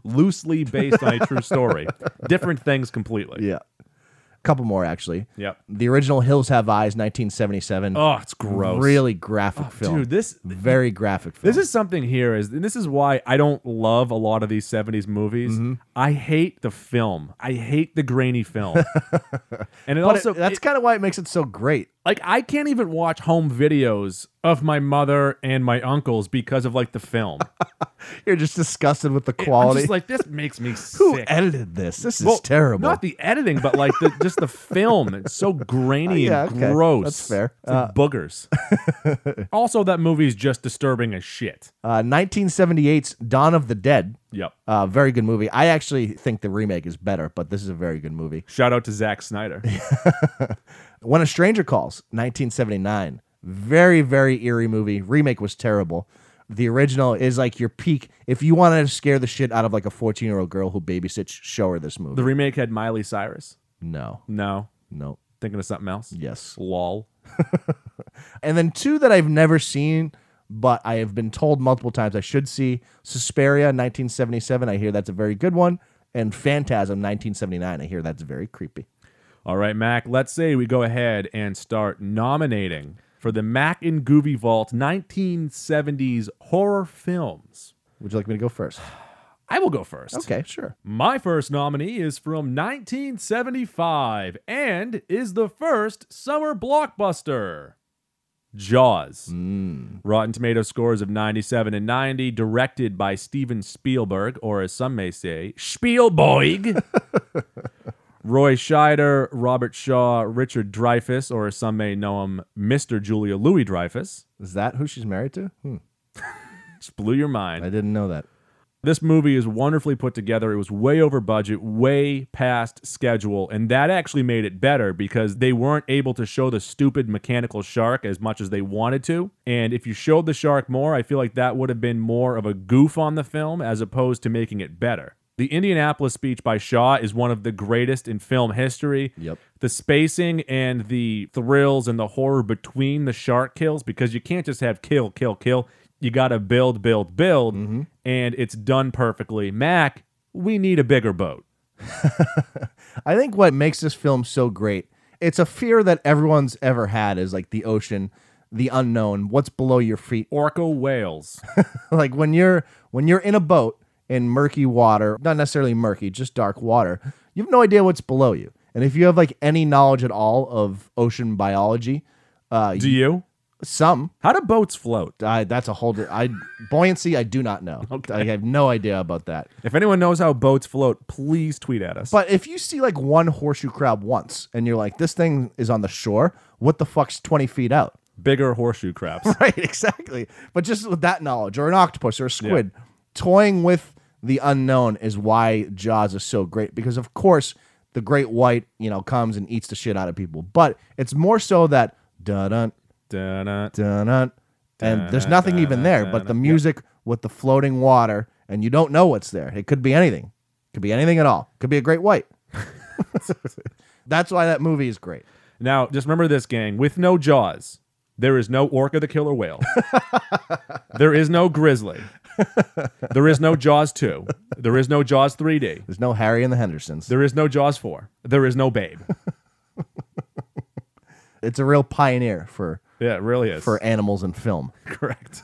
loosely based on a true story. Different things completely. Yeah. A couple more actually. Yep. The original Hills Have Eyes, 1977. Oh, it's gross. Oh, Really graphic film. Dude, this very graphic film. this is something here is and this is why I don't love a lot of these 70s movies. Mm-hmm. I hate the film. I hate the grainy film. and it But also it- that's it- kind of why it makes it so great. like I can't even watch home videos of my mother and my uncles because of like the film. You're just disgusted with the I'm quality. just like this makes me sick. Who edited this? This is Well, terrible. Not the editing, but like the, just the film. It's so grainy Yeah, and okay. gross. That's fair. Uh, It's like boogers. also, that movie's just disturbing as shit. uh, 1978's Dawn of the Dead. Yep. Uh, very good movie. I actually think the remake is better, but this is a very good movie. Shout out to Zack Snyder. When a Stranger Calls, 1979. Very, very eerie movie. Remake was terrible. The original is like your peak. If you wanted to scare the shit out of like a 14 year old girl who babysits, show her this movie. the remake had Miley Cyrus. no, No, no. thinking of something else. Yes. Lol. And then two that I've never seen, but I have been told multiple times I should see Suspiria 1977. I hear that's a very good one. And Phantasm 1979. I hear that's very creepy. All right, Mac. Let's say we go ahead and start nominating for the Mac and Goovy Vault 1970s horror films. Would you like me to go first? I will go first. Okay, sure. My first nominee is from 1975 and is the first summer blockbuster. Jaws. Rotten Tomato scores of 97 and 90, directed by Steven Spielberg, or as some may say, Spielberg. Roy Scheider, Robert Shaw, Richard Dreyfuss, or as some may know him, Mr. Julia Louis Dreyfus. Is that who she's married to? Hmm. Just blew your mind. I didn't know that. This movie is wonderfully put together. It was way over budget, way past schedule, and that actually made it better because they weren't able to show the stupid mechanical shark as much as they wanted to. And if you showed the shark more, I feel like that would have been more of a goof on the film as opposed to making it better. The Indianapolis speech by Shaw is one of the greatest in film history. Yep. The spacing and the thrills and the horror between the shark kills, because you can't just have kill, kill, kill. You got to build, build, build, Mm-hmm. and it's done perfectly. Mac, we need a bigger boat. I think what makes this film so great, it's a fear that everyone's ever had is like the ocean, the unknown, what's below your feet. Orca whales. like when you're when you're in a boat in murky water, not necessarily murky, just dark water, you have no idea what's below you. And if you have like any knowledge at all of ocean biology, uh Do you? some How do boats float? I, that's a whole. di- I buoyancy. I do not know. I have no idea about that. If anyone knows how boats float, please tweet at us. But if you see like one horseshoe crab once and you're like, this thing is on the shore, what the fuck's 20 feet out? Bigger horseshoe crabs. Right, exactly. But just with that knowledge, or an octopus or a squid, toying with the unknown is why Jaws is so great. Because, of course, the great white, you know, comes and eats the shit out of people. But it's more so that dun dun, Dun-dun. dun dun. And there's Dun-dun, nothing even there, but the dun-dun. music with the floating water, and you don't know what's there. It could be anything. Could be anything at all. Could be a great white. That's why that movie is great. Now, just remember this, gang. With no Jaws, there is no Orca the Killer Whale. there is no Grizzly. There is no Jaws 2. There is no Jaws 3D. There's no Harry and the Hendersons. There is no Jaws 4. There is no Babe. it's a real pioneer for Yeah, it really is. for animals in film. Correct.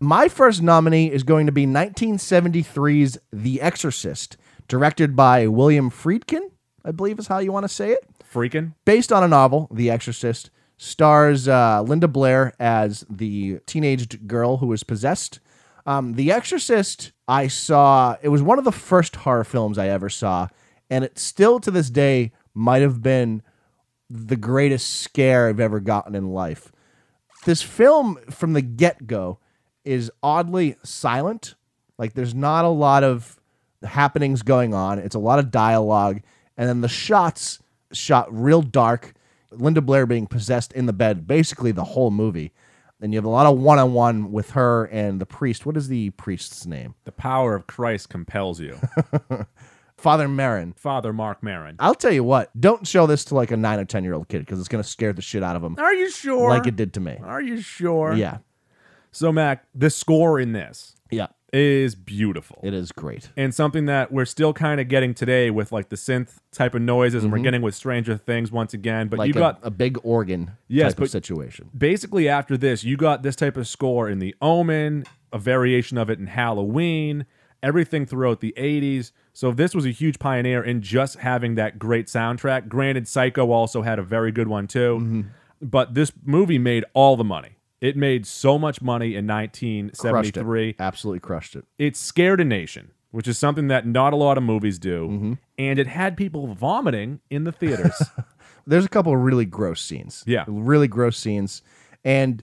My first nominee is going to be 1973's The Exorcist, directed by William Friedkin, I believe is how you want to say it. Freaking. Based on a novel, The Exorcist stars uh, Linda Blair as the teenaged girl who is possessed. Um, the Exorcist, I saw, it was one of the first horror films I ever saw, and it still to this day might have been the greatest scare I've ever gotten in life. This film from the get go is oddly silent. Like there's not a lot of happenings going on. It's a lot of dialogue. And then the shots shot real dark. Linda Blair being possessed in the bed basically the whole movie. And you have a lot of one on one with her and the priest. What is the priest's name? The power of Christ compels you. Father Marin. Father Mark Marin. I'll tell you what, don't show this to like a nine or 10 year old kid because it's going to scare the shit out of him Are you sure? like it did to me. Are you sure? Yeah. So, Mac, the score in this Yeah. is beautiful. It is great. and something that we're still kind of getting today with like the synth type of noises and we're getting with stranger things once again but Mm-hmm. Like you a, got a big organ Yes, type but- of situation. basically after this you got this type of score in the omen a variation of it in halloween everything throughout the 80s so this was a huge pioneer in just having that great soundtrack granted psycho also had a very good one too Mm-hmm. but this movie made all the money it made so much money in Crushed it. 1973 Absolutely crushed it. it scared a nation, which is something that not a lot of movies do, Mm-hmm. and it had people vomiting in the theaters. There's a couple of really gross scenes. Yeah. Really gross scenes. And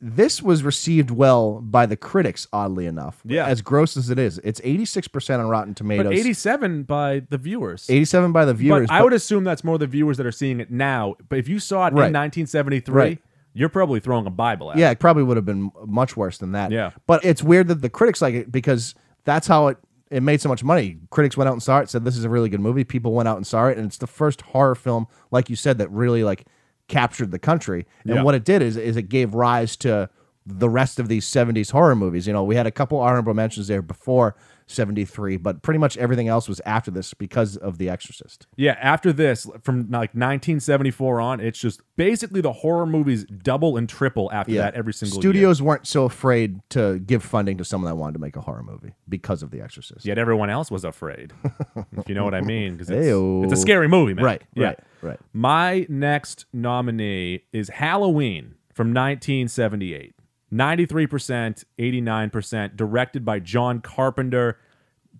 this was received well by the critics, oddly enough. Yeah. As gross as it is. It's 86% on Rotten but Tomatoes. 87 by the viewers. 87 by the oh viewers. but I would assume that's more the viewers that are seeing it now. But if you saw it Right. in 1973, Right. you're probably throwing a Bible at it. Yeah, it probably would have been much worse than that. Yeah. But it's weird that the critics like it because that's how it it made so much money. Critics went out and saw it, said this is a really good movie. People went out and saw it, and it's the first horror film, like you said, that really like captured the country. And Yeah. what it did is is it gave rise to the rest of these 70s horror movies. You know, we had a couple honorable mentions there before 73, but pretty much everything else was after this because of The Exorcist. Yeah, after this, from like 1974 on, it's just basically the horror movies double and triple after that every single year. Studios weren't so afraid to give funding to someone that wanted to make a horror movie because of The Exorcist. Yet everyone else was afraid, if you know what I mean, because it's, Ayo. it's a scary movie, man. Right, Yeah. right, right. My next nominee is Halloween from 1978. 93%, 89%, directed by John Carpenter.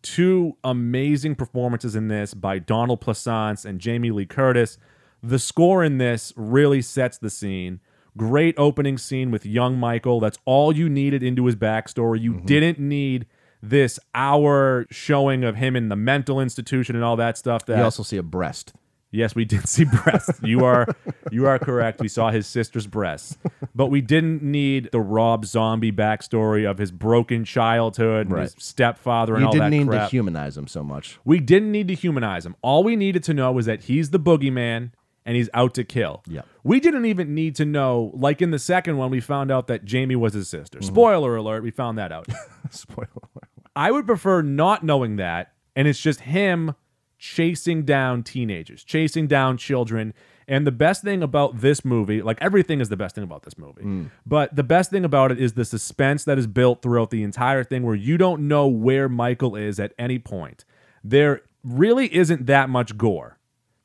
Two amazing performances in this by Donald Pleasance and Jamie Lee Curtis. The score in this really sets the scene. Great opening scene with young Michael. That's all you needed into his backstory. You didn't need this hour showing of him in the mental institution and all that stuff. That You also see a breast. Yes, we did see breasts. You are you are correct. We saw his sister's breasts. But we didn't need the Rob Zombie backstory of his broken childhood, and his Right. stepfather and You all didn't that need crap. to humanize him so much. we didn't need to humanize him. All we needed to know was that he's the boogeyman and he's out to kill. Yeah. We didn't even need to know like in the second one we found out that Jamie was his sister. Spoiler alert, we found that out. Spoiler alert. I would prefer not knowing that, and it's just him chasing down teenagers, chasing down children. And the best thing about this movie, like everything is the best thing about this movie, but the best thing about it is the suspense that is built throughout the entire thing where you don't know where Michael is at any point. There really isn't that much gore.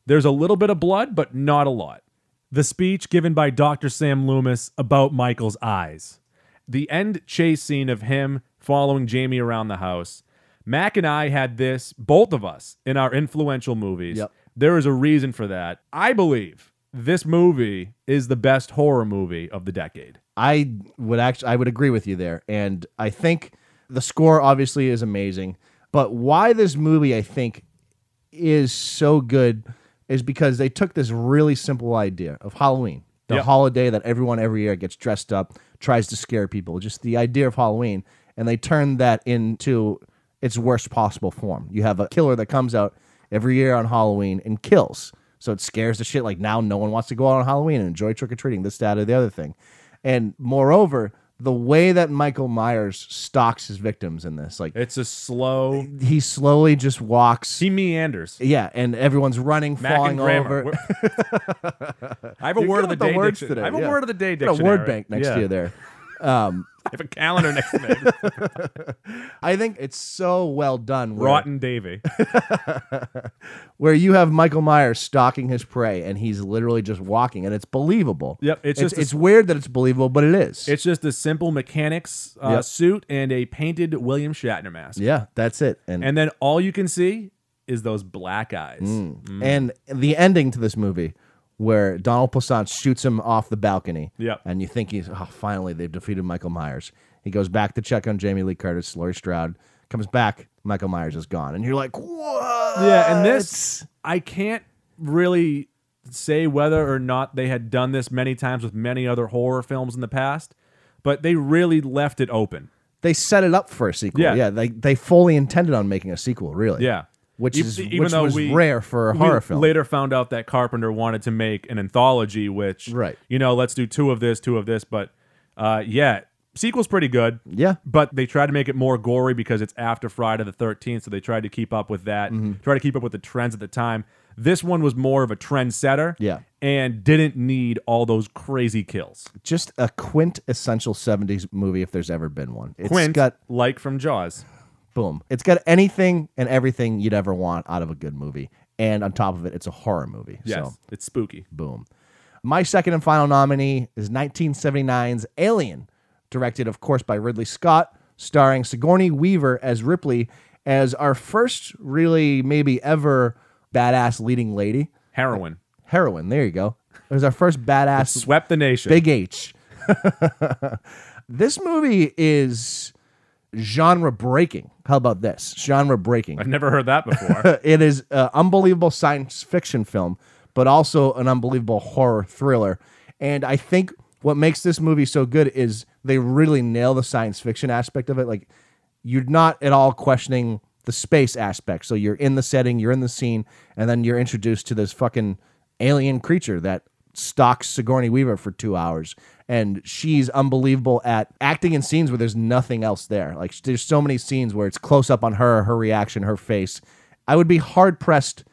There's a little bit of blood, but not a lot. The speech given by Dr. Sam Loomis about Michael's eyes. The end chase scene of him following Jamie around the house. Mac and I had this, both of us, in our influential movies. Yep. There is a reason for that. I believe this movie is the best horror movie of the decade. I would actually I would agree with you there. And I think the score obviously is amazing, but why this movie I think is so good is because they took this really simple idea of Halloween, the Yep. holiday that everyone every year gets dressed up, tries to scare people, just the idea of Halloween, and they turned that into its worst possible form. You have a killer that comes out every year on Halloween and kills. So it scares the shit. Like now, no one wants to go out on Halloween and enjoy trick or treating, this, that, or the other thing. And moreover, the way that Michael Myers stalks his victims in this, like It's a slow. he slowly just walks. He meanders. Yeah, and everyone's running, Mac and falling grammar. over. I have a You're word good of the day. with words diction- today, I have a yeah. word of the day. Got Dictionary. A word bank next to Yeah. you there. Um, I have a calendar next to me. I think it's so well done. where- Rotten Davy. where you have Michael Myers stalking his prey, and he's literally just walking, and it's believable. Yep, it's it's, just a- it's weird that it's believable, but it is. It's just a simple mechanics uh, Yep. suit and a painted William Shatner mask. yeah, that's it. And And then all you can see is those black eyes. Mm. and the ending to this movie where Donald Pleasance shoots him off the balcony. Yep. And you think he's oh, finally they've defeated Michael Myers. He goes back to check on Jamie Lee Curtis, Laurie Stroud, comes back, Michael Myers is gone. And you're like, what? Yeah, and this I can't really say whether or not they had done this many times with many other horror films in the past, but they really left it open. They set it up for a sequel. Yeah. Yeah. they they fully intended on making a sequel, really. Yeah. Which Even- is even which though was we- rare for a we horror film. Later found out that Carpenter wanted to make an anthology, which Right. you know, let's do two of this, two of this, but uh, yeah, sequel's pretty good. Yeah. but they tried to make it more gory because it's after Friday the 13th, so they tried to keep up with that, Mm-hmm. try to keep up with the trends at the time. This one was more of a trendsetter, Yeah. and didn't need all those crazy kills. Just a quintessential 70s movie if there's ever been one. It's Quint, got like from Jaws, boom. It's got anything and everything you'd ever want out of a good movie. And on top of it, it's a horror movie. yes, So, it's spooky. boom. My second and final nominee is 1979's Alien, directed, of course, by Ridley Scott, starring Sigourney Weaver as Ripley, as our first, really, maybe ever badass leading lady. Heroin Heroine, there you go. It was our first badass swept the nation. Big H. this movie is genre breaking. How about this? Genre breaking. I've never heard that before. it is an unbelievable science fiction film, but also an unbelievable horror thriller. And I think what makes this movie so good is they really nail the science fiction aspect of it. Like, you're not at all questioning the space aspect. So you're in the setting, you're in the scene, and then you're introduced to this fucking alien creature that stalks Sigourney Weaver for two hours. And she's unbelievable at acting in scenes where there's nothing else there. Like there's so many scenes where it's close up on her, her reaction, her face. I would be hard pressed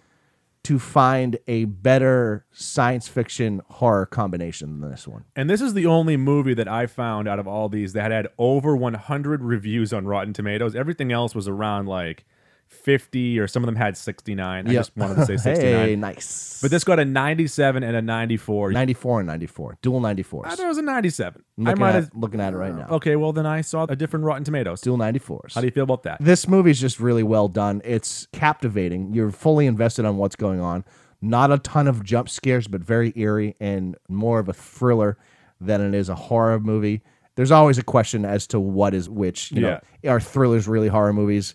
to find a better science fiction horror combination than this one. And this is the only movie that I found out of all these that had over 100 reviews on Rotten Tomatoes. Everything else was around like 50 or some of them had 69. I Yep. just wanted to say 69. Hey, nice. But this got a 97 and a 94. 94 and 94, dual 94s. I thought it was a 97. I'm I looking, might at, have looking at it right now. Okay, well then I saw a different Rotten Tomatoes. Dual 94s. How do you feel about that? This movie's just really well done. It's captivating. You're fully invested on what's going on. Not a ton of jump scares, but very eerie and more of a thriller than it is a horror movie. There's always a question as to what is which. You know, are thrillers really horror movies?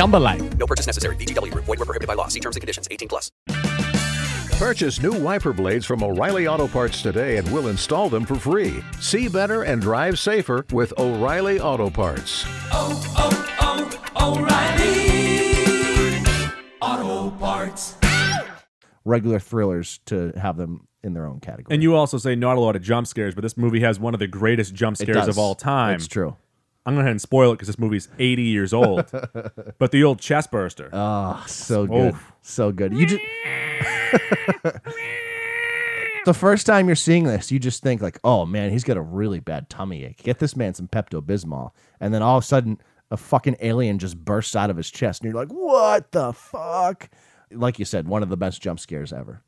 life. No purchase necessary. VGW Group. Void were prohibited by law. See terms and conditions. 18 plus. Purchase new wiper blades from O'Reilly Auto Parts today and we'll install them for free. See better and drive safer with O'Reilly Auto Parts. Oh, oh, O'Reilly Auto Parts. regular thrillers to have them in their own category. And you also say not a lot of jump scares, but this movie has one of the greatest jump It scares does. of all time. It's true. I'm going to and spoil it because this movie's 80 years old. but the old chest burster. Oh, so good. Oof. So good. You just The first time you're seeing this, you just think like, "Oh man, he's got a really bad tummy ache. Get this man some Pepto Bismol." And then all of a sudden, a fucking alien just bursts out of his chest, and you're like, "What the fuck?" Like you said, one of the best jump scares ever.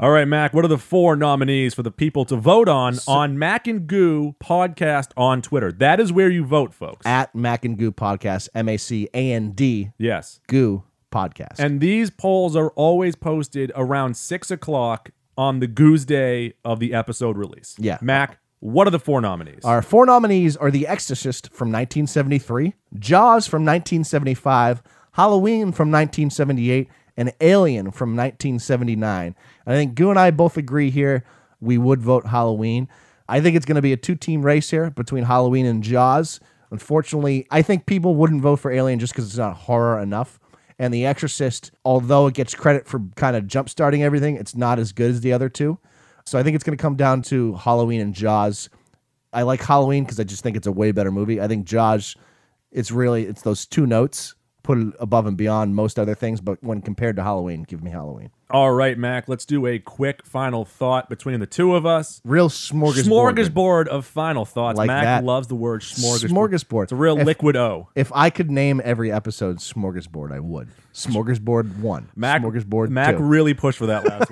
All right, Mac, what are the four nominees for the people to vote on on Mac and Goo podcast on Twitter? That is where you vote, folks. At Mac and Goo Podcast, M A C A N D. Yes. Goo Podcast. And these polls are always posted around six o'clock on the Goose Day of the episode release. Yeah. Mac, what are the four nominees? Our four nominees are The Exorcist from 1973, Jaws from 1975, Halloween from 1978, and Alien from 1979. I think Goo and I both agree here we would vote Halloween. I think it's going to be a two team race here between Halloween and Jaws. Unfortunately, I think people wouldn't vote for Alien just because it's not horror enough. And The Exorcist, although it gets credit for kind of jump starting everything, it's not as good as the other two. So I think it's going to come down to Halloween and Jaws. I like Halloween because I just think it's a way better movie. I think Jaws, it's really it's those two notes put it above and beyond most other things. But when compared to Halloween, give me Halloween. All right, Mac, let's do a quick final thought between the two of us. Real smorgasbord. Smorgasbord of final thoughts. Like Mac that. loves the word smorgasbord. Smorgasbord. It's a real If- liquid O. If I could name every episode smorgasbord, I would. Smorgasbord one. Mac, smorgasbord Mac two. really pushed for that last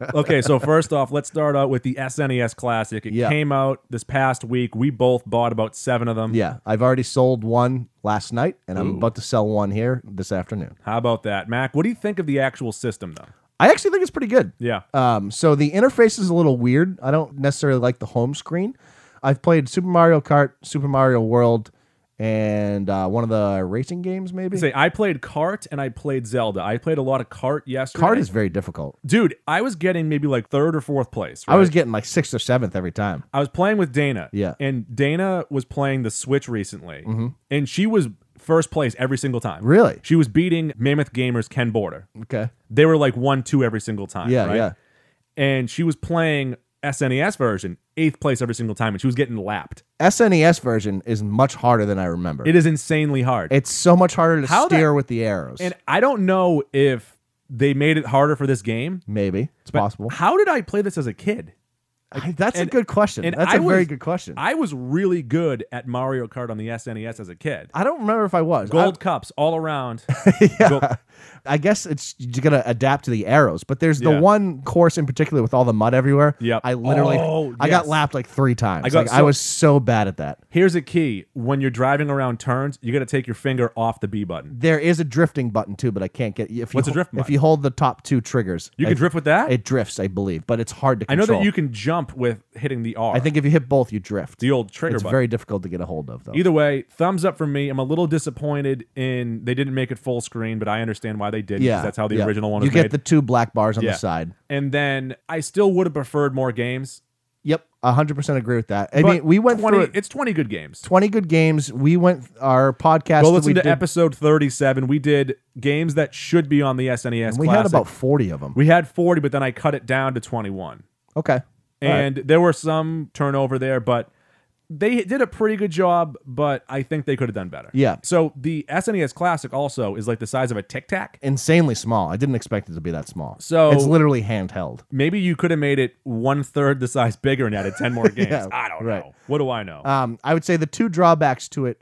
week. okay, so first off, let's start out with the SNES Classic. It Yeah. came out this past week. We both bought about seven of them. yeah, I've already sold one last night, and I'm Ooh. about to sell one here this afternoon. How about that, Mac? What do you think of the actual system, though? I actually think it's pretty good. Yeah. Um, so the interface is a little weird. I don't necessarily like the home screen. I've played Super Mario Kart, Super Mario World, and uh, one of the racing games, maybe. Say, I played Kart and I played Zelda. I played a lot of Kart yesterday. Kart is very difficult. Dude, I was getting maybe like third or fourth place. I was right? getting like sixth or seventh every time. I was playing with Dana. Yeah. And Dana was playing the Switch recently, Mhm. and she was first place every single time. Really? She was beating Mammoth Gamers Ken Border. Okay. They were like one, two every single time. Yeah, right? yeah. And she was playing SNES version, eighth place every single time, and she was getting lapped. SNES E version is much harder than I remember. It is insanely hard. It's so much harder to How the- steer with the arrows. And I don't know if they made it harder for this game. Maybe it's possible. How did I play this as a kid? I- that's a good question. That's a a very good question. I was really good at Mario Kart on the SNES as a kid. I don't remember if I was. Gold cups all around. I guess it's you gotta adapt to the arrows. But there's Yeah. the one course in particular with all the mud everywhere. Yep. I literally Oh, I got yes. lapped like three times. I I, got like, I so- was so bad at that. Here's a key: when you're driving around turns, you got to take your finger off the B button. There is a drifting button too, but I can't get if you What's a hol- drift if button? you hold the top two triggers. You can I- drift with that? It drifts, I believe, but it's hard to I know control. that you can jump with hitting the R. I think if you hit both, you drift. The old trigger It's button. very difficult to get a hold of though. Either way, thumbs up from me. I'm a little disappointed in they didn't make it full screen, but I understand why they did. yeah, that's how the yeah. original one You was get made. the two black bars on Yeah. the side. And then I still would have preferred more games. Yep, hundred percent agree with that. I but mean, we went 20, through it- It's 20 good games. twenty good games. We went our podcast. Go that listen we to did- episode 37. We did games that should be on the E SNES. We had Classic. about forty of them. we had 40, but then I cut it down to 21. Okay. And there were some turnover there, but they did a pretty good job, but I think they could have done better. Yeah. So the SNES Classic also is like the size of a Tic Tac. insanely small. I didn't expect it to be that small. So- it's literally handheld. Maybe you could have made it one third the size bigger and added 10 more games. Yeah, I don't right. know. What do I know? Um, I would say the two drawbacks to it: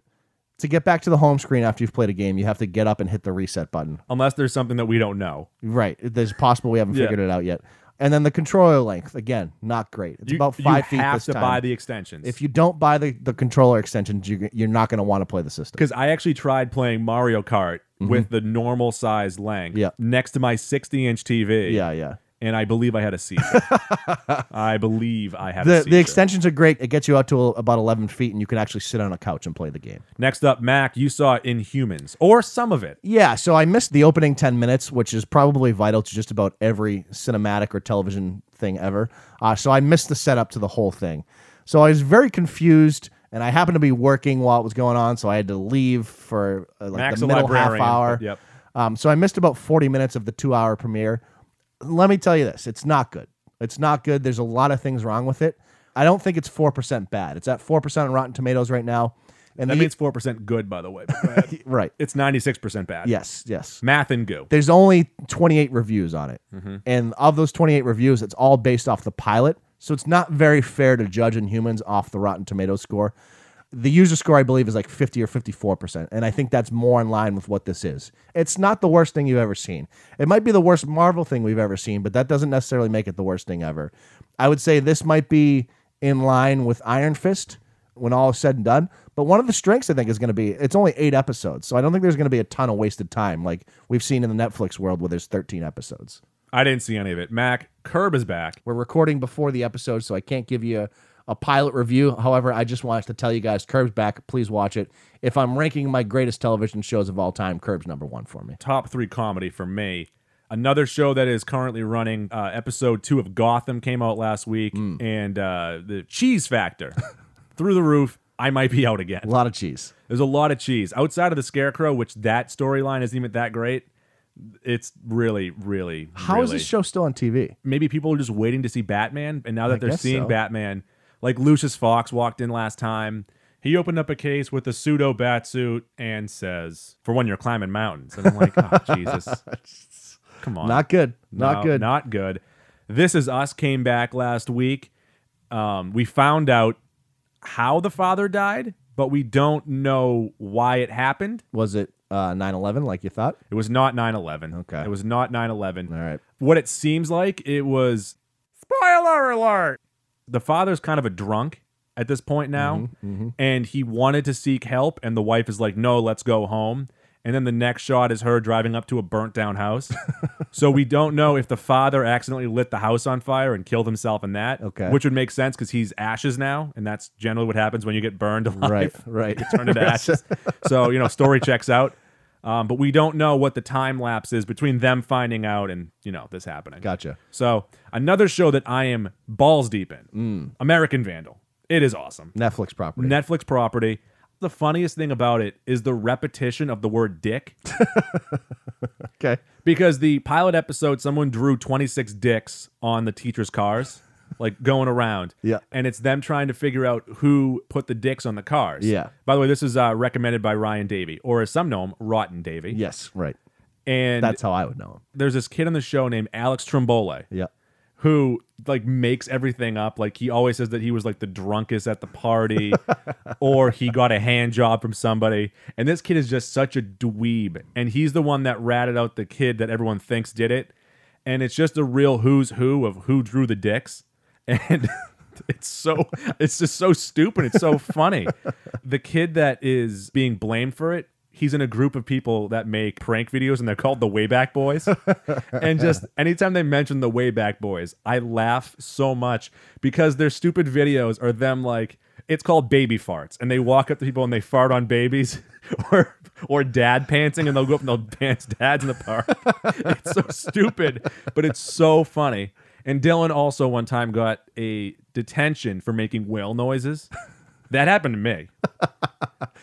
to get back to the home screen after you've played a game, you have to get up and hit the reset button. Unless there's something that we don't know. Right, there's possible we haven't Yeah. figured it out yet. And then the controller length again, not great. It's You- about five you feet have this to time. buy the extensions. if you don't buy the, the controller extensions, you, you're not going to want to play the system. because I actually tried playing Mario Kart with the normal size length Mm-hmm. Yeah. next to my 60 inch TV. Yeah, yeah. And I believe I had a seizure. I believe I had a The, seizure. the extensions are great. It gets you out to a, about 11 feet, and you can actually sit on a couch and play the game. Next up, Mac, you saw Inhumans or some of it. Yeah, so I missed the opening 10 minutes, which is probably vital to just about every cinematic or television thing ever. Uh, so I missed the setup to the whole thing. So I was very confused, and I happened to be working while it was going on, so I had to leave for uh, like Mac's the a middle half librarian. hour. Yep. Um, so I missed about 40 minutes of the two hour premiere. Let me tell you this it's not good. It's not good. There's a lot of things wrong with it. I don't think it's 4% bad. It's at 4% on Rotten Tomatoes right now. And That the- means four percent good, by the way. but go ahead. right. it's ninety six percent bad. Yes, yes. Math and goo. There's only 28 reviews on it. And of those 28 reviews, it's all based off the pilot. So it's not very fair to judge Inhumans off the Rotten Tomatoes score. The user score, I believe, is like 50 or 54%. And I think that's more in line with what this is. It's not the worst thing you've ever seen. It might be the worst Marvel thing we've ever seen, but that doesn't necessarily make it the worst thing ever. I would say this might be in line with Iron Fist when all is said and done. But one of the strengths I think is going to be it's only eight episodes, so I don't think there's going to be a ton of wasted time like we've seen in the Netflix world where there's 13 episodes. I didn't see any of it. Mac, Curb is back. We're recording before the episode, so I can't give you a, a pilot review. However, I just wanted to tell you guys, Curb's back. Please watch it. If I'm ranking my greatest television shows of all time, Curb's number one for me. Top three comedy for me. Another show that is currently running, uh, episode two of Gotham came out last week, Mm. and uh, the cheese factor through the roof. I might be out again. A lot of cheese. There's a lot of cheese outside of the Scarecrow, which that storyline isn't even that great. It's really, really. How is really- this show still on TV? maybe people are just waiting to see Batman, and now that I they're guess seeing so. Batman, like Lucius Fox walked in last time. He opened up a case with a pseudo bat suit and says, "For when you're climbing mountains." And I'm like, "Oh Jesus, come on, Not good. Not No, good. not good." This is us came back last week. Um, we found out how the father died, but we don't know why it happened. Was it uh, 9/11 like you thought? It was not 9/11. Okay. It was not 9/11. All right. What it seems like it was spoiler alert. The father's kind of a drunk at this point now Mm-hmm, and he wanted to seek help and the wife is like no, let's go home. And then the next shot is her driving up to a burnt down house. so we don't know if the father accidentally lit the house on fire and killed himself in that, Okay. which would make sense cuz he's ashes now and that's generally what happens when you get burned alive. Right, right. You turn into ashes. so, you know, story checks out. Um, but we don't know what the time lapse is between them finding out and, you know, this happening. Gotcha. So, another show that I am balls deep in American Vandal. It is awesome. Netflix property. Netflix property. The funniest thing about it is the repetition of the word dick okay. because the pilot episode, someone drew 26 dicks on the teacher's cars, like going around. Yeah. And it's them trying to figure out who put the dicks on the cars. Yeah. By the way, this is uh, recommended by Ryan Davey, or as some know him, Rotten Davey. Yes. Right. And That's how I would know him. there's this kid on the show named Alex Trombole Yeah. who like makes everything up. Like he always says that he was like the drunkest at the party, or he got a hand job from somebody. And this kid is just such a dweeb, and he's the one that ratted out the kid that everyone thinks did it. And it's just a real who's who of who drew the dicks, and it's so it's just so stupid. It's so funny. The kid that is being blamed for it. He's in a group of people that make prank videos and they're called the Wayback Boys. and just anytime they mention the Wayback Boys, I laugh so much because their stupid videos are them like it's called baby farts, and they walk up to people and they fart on babies or or dad pantsing, and they'll go up and they'll pants dads in the park. it's so stupid, but it's so funny. And Dylan also one time got a detention for making whale noises. That happened to me.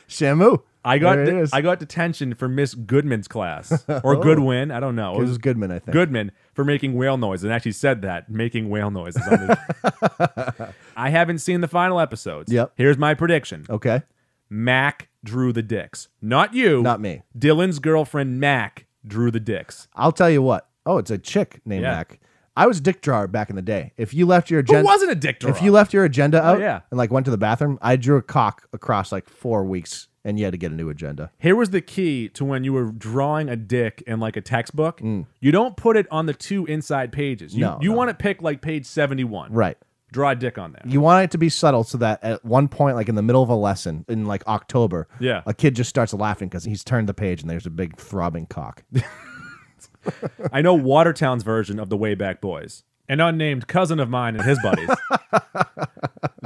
Shamu. I got There it de- is. I got detention for Miss Goodman's class or Oh. Goodwin. I don't know. It was Goodman, I think. Goodman for making whale noises and actually said that making whale noises. On the- I haven't seen the final episodes. Yep. Here's my prediction. Okay. Mac drew the dicks, not you, not me. Dylan's girlfriend Mac drew the dicks. I'll tell you what. Oh, it's a chick named Yeah. Mac. I was a dick drawer back in the day. If you left your agenda, wasn't a dick If drawer? Oh, you left your agenda out, yeah. and like went to the bathroom, I drew a cock across like four weeks, and you had to get a new agenda. Here was the key to when you were drawing a dick in like a textbook. You don't put it on the two inside pages. You, Mm. No, you want to pick like page 71. Right. Draw a dick on there. You want it to be subtle so that at one point, like in the middle of a lesson in like October, Yeah. a kid just starts laughing because he's turned the page and there's a big throbbing cock. I know Watertown's version of the Wayback Boys. An unnamed cousin of mine and his buddies.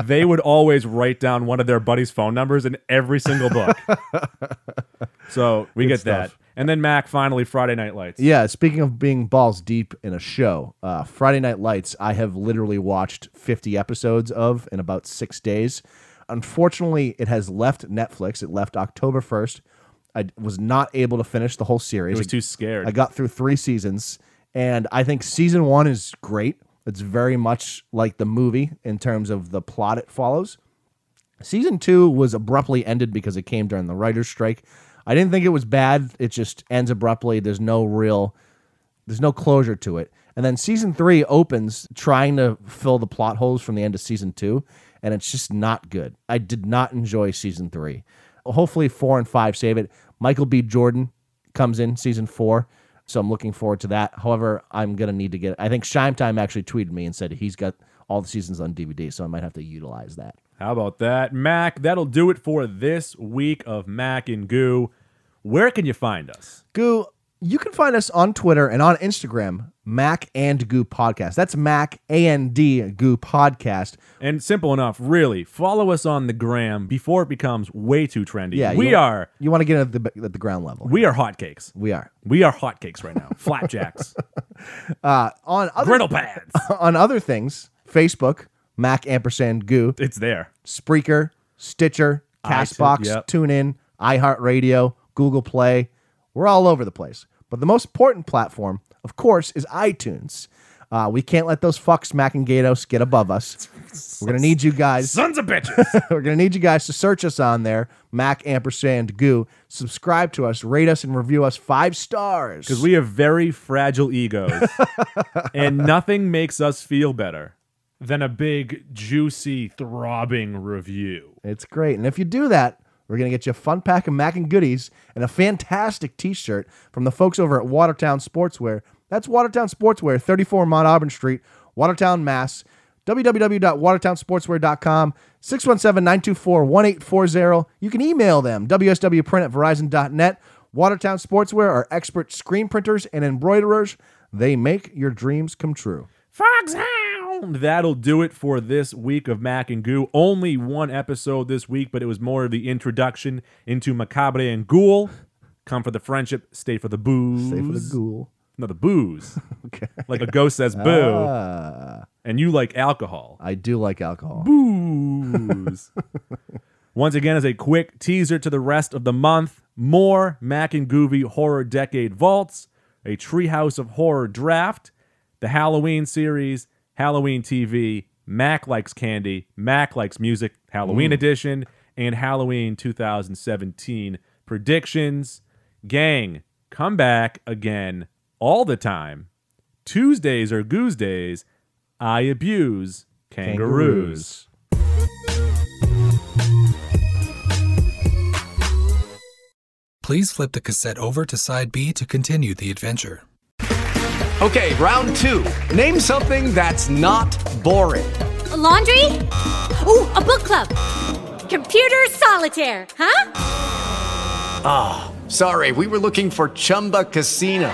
they would always write down one of their buddies' phone numbers in every single book. so we Good get stuff. that. And then Mac finally Friday Night Lights. yeah. Speaking of being balls deep in a show, uh, Friday Night Lights, I have literally watched 50 episodes of in about six days. Unfortunately, it has left Netflix. It left October 1st. I d- was not able to finish the whole series. I was too scared. I got through three seasons, and I think season one is great. It's very much like the movie in terms of the plot it follows. Season two was abruptly ended because it came during the writer's strike. I didn't think it was bad. It just ends abruptly. There's no real, there's no closure to it. And then season three opens trying to fill the plot holes from the end of season two, and it's just not good. I did not enjoy season three. Hopefully, four and five save it. Michael B. Jordan comes in season four. So I'm looking forward to that. However, I'm gonna need to get. I think Shime Time actually tweeted me and said he's got all the seasons on DVD, so I might have to utilize that. How about that? Mac, that'll do it for this week of Mac and Goo. Where can you find us? Goo, you can find us on Twitter and on Instagram, Mac and Goo Podcast. That's Mac A N D Goo Podcast. And simple enough, really, follow us on the gram before it becomes way too trendy. Yeah, we you- are You want to get at the, at the ground level. we are hotcakes. We are. We are hotcakes right now. Flapjacks. Uh, on other, Griddle pads. on other things, Facebook, Mac ampersand Goo, It's there. Spreaker, Stitcher, iTunes, Castbox, yep. TuneIn, iHeartRadio, Google Play. We're all over the place. But the most important platform, of course, is iTunes. Uh, we can't let those fucks Mac and Gatos get above us. We're gonna need you guys. Sons of bitches. We're gonna need you guys to search us on there, Mac ampersand goo. Subscribe to us, rate us, and review us five stars. Because we have very fragile egos, and nothing makes us feel better than a big, juicy, throbbing review. It's great. And if you do that, we're going to get you a fun pack of Mac and goodies and a fantastic t shirt from the folks over at Watertown Sportswear. That's Watertown Sportswear, 34 Mont Auburn Street, Watertown, Mass. www.watertownsportswear.com, 617 924 1840. You can email them, wswprint at verizon.net. Watertown Sportswear are expert screen printers and embroiderers. They make your dreams come true. Foxhound! That'll do it for this week of Mac and Goo. Only one episode this week, but it was more of the introduction into Macabre and Ghoul. Come for the friendship, stay for the booze. Stay for the ghoul. No, the booze. Okay. Like a ghost says boo, Ah. and you like alcohol. I do like alcohol. booze. Once again, as a quick teaser to the rest of the month, more Mac and Goovy Horror Decade Vaults, a Treehouse of Horror draft, the Halloween series, Halloween TV, Mac Likes Candy, Mac Likes Music, Halloween Edition, and Halloween 2017 predictions. Gang, come back again all the time. Tuesdays are Goose Days. I abuse kangaroos. Please flip the cassette over to side B to continue the adventure. Okay, round two. Name something that's not boring. A laundry? Ooh, a book club. Computer solitaire, huh? Ah, sorry, we were looking for Chumba Casino.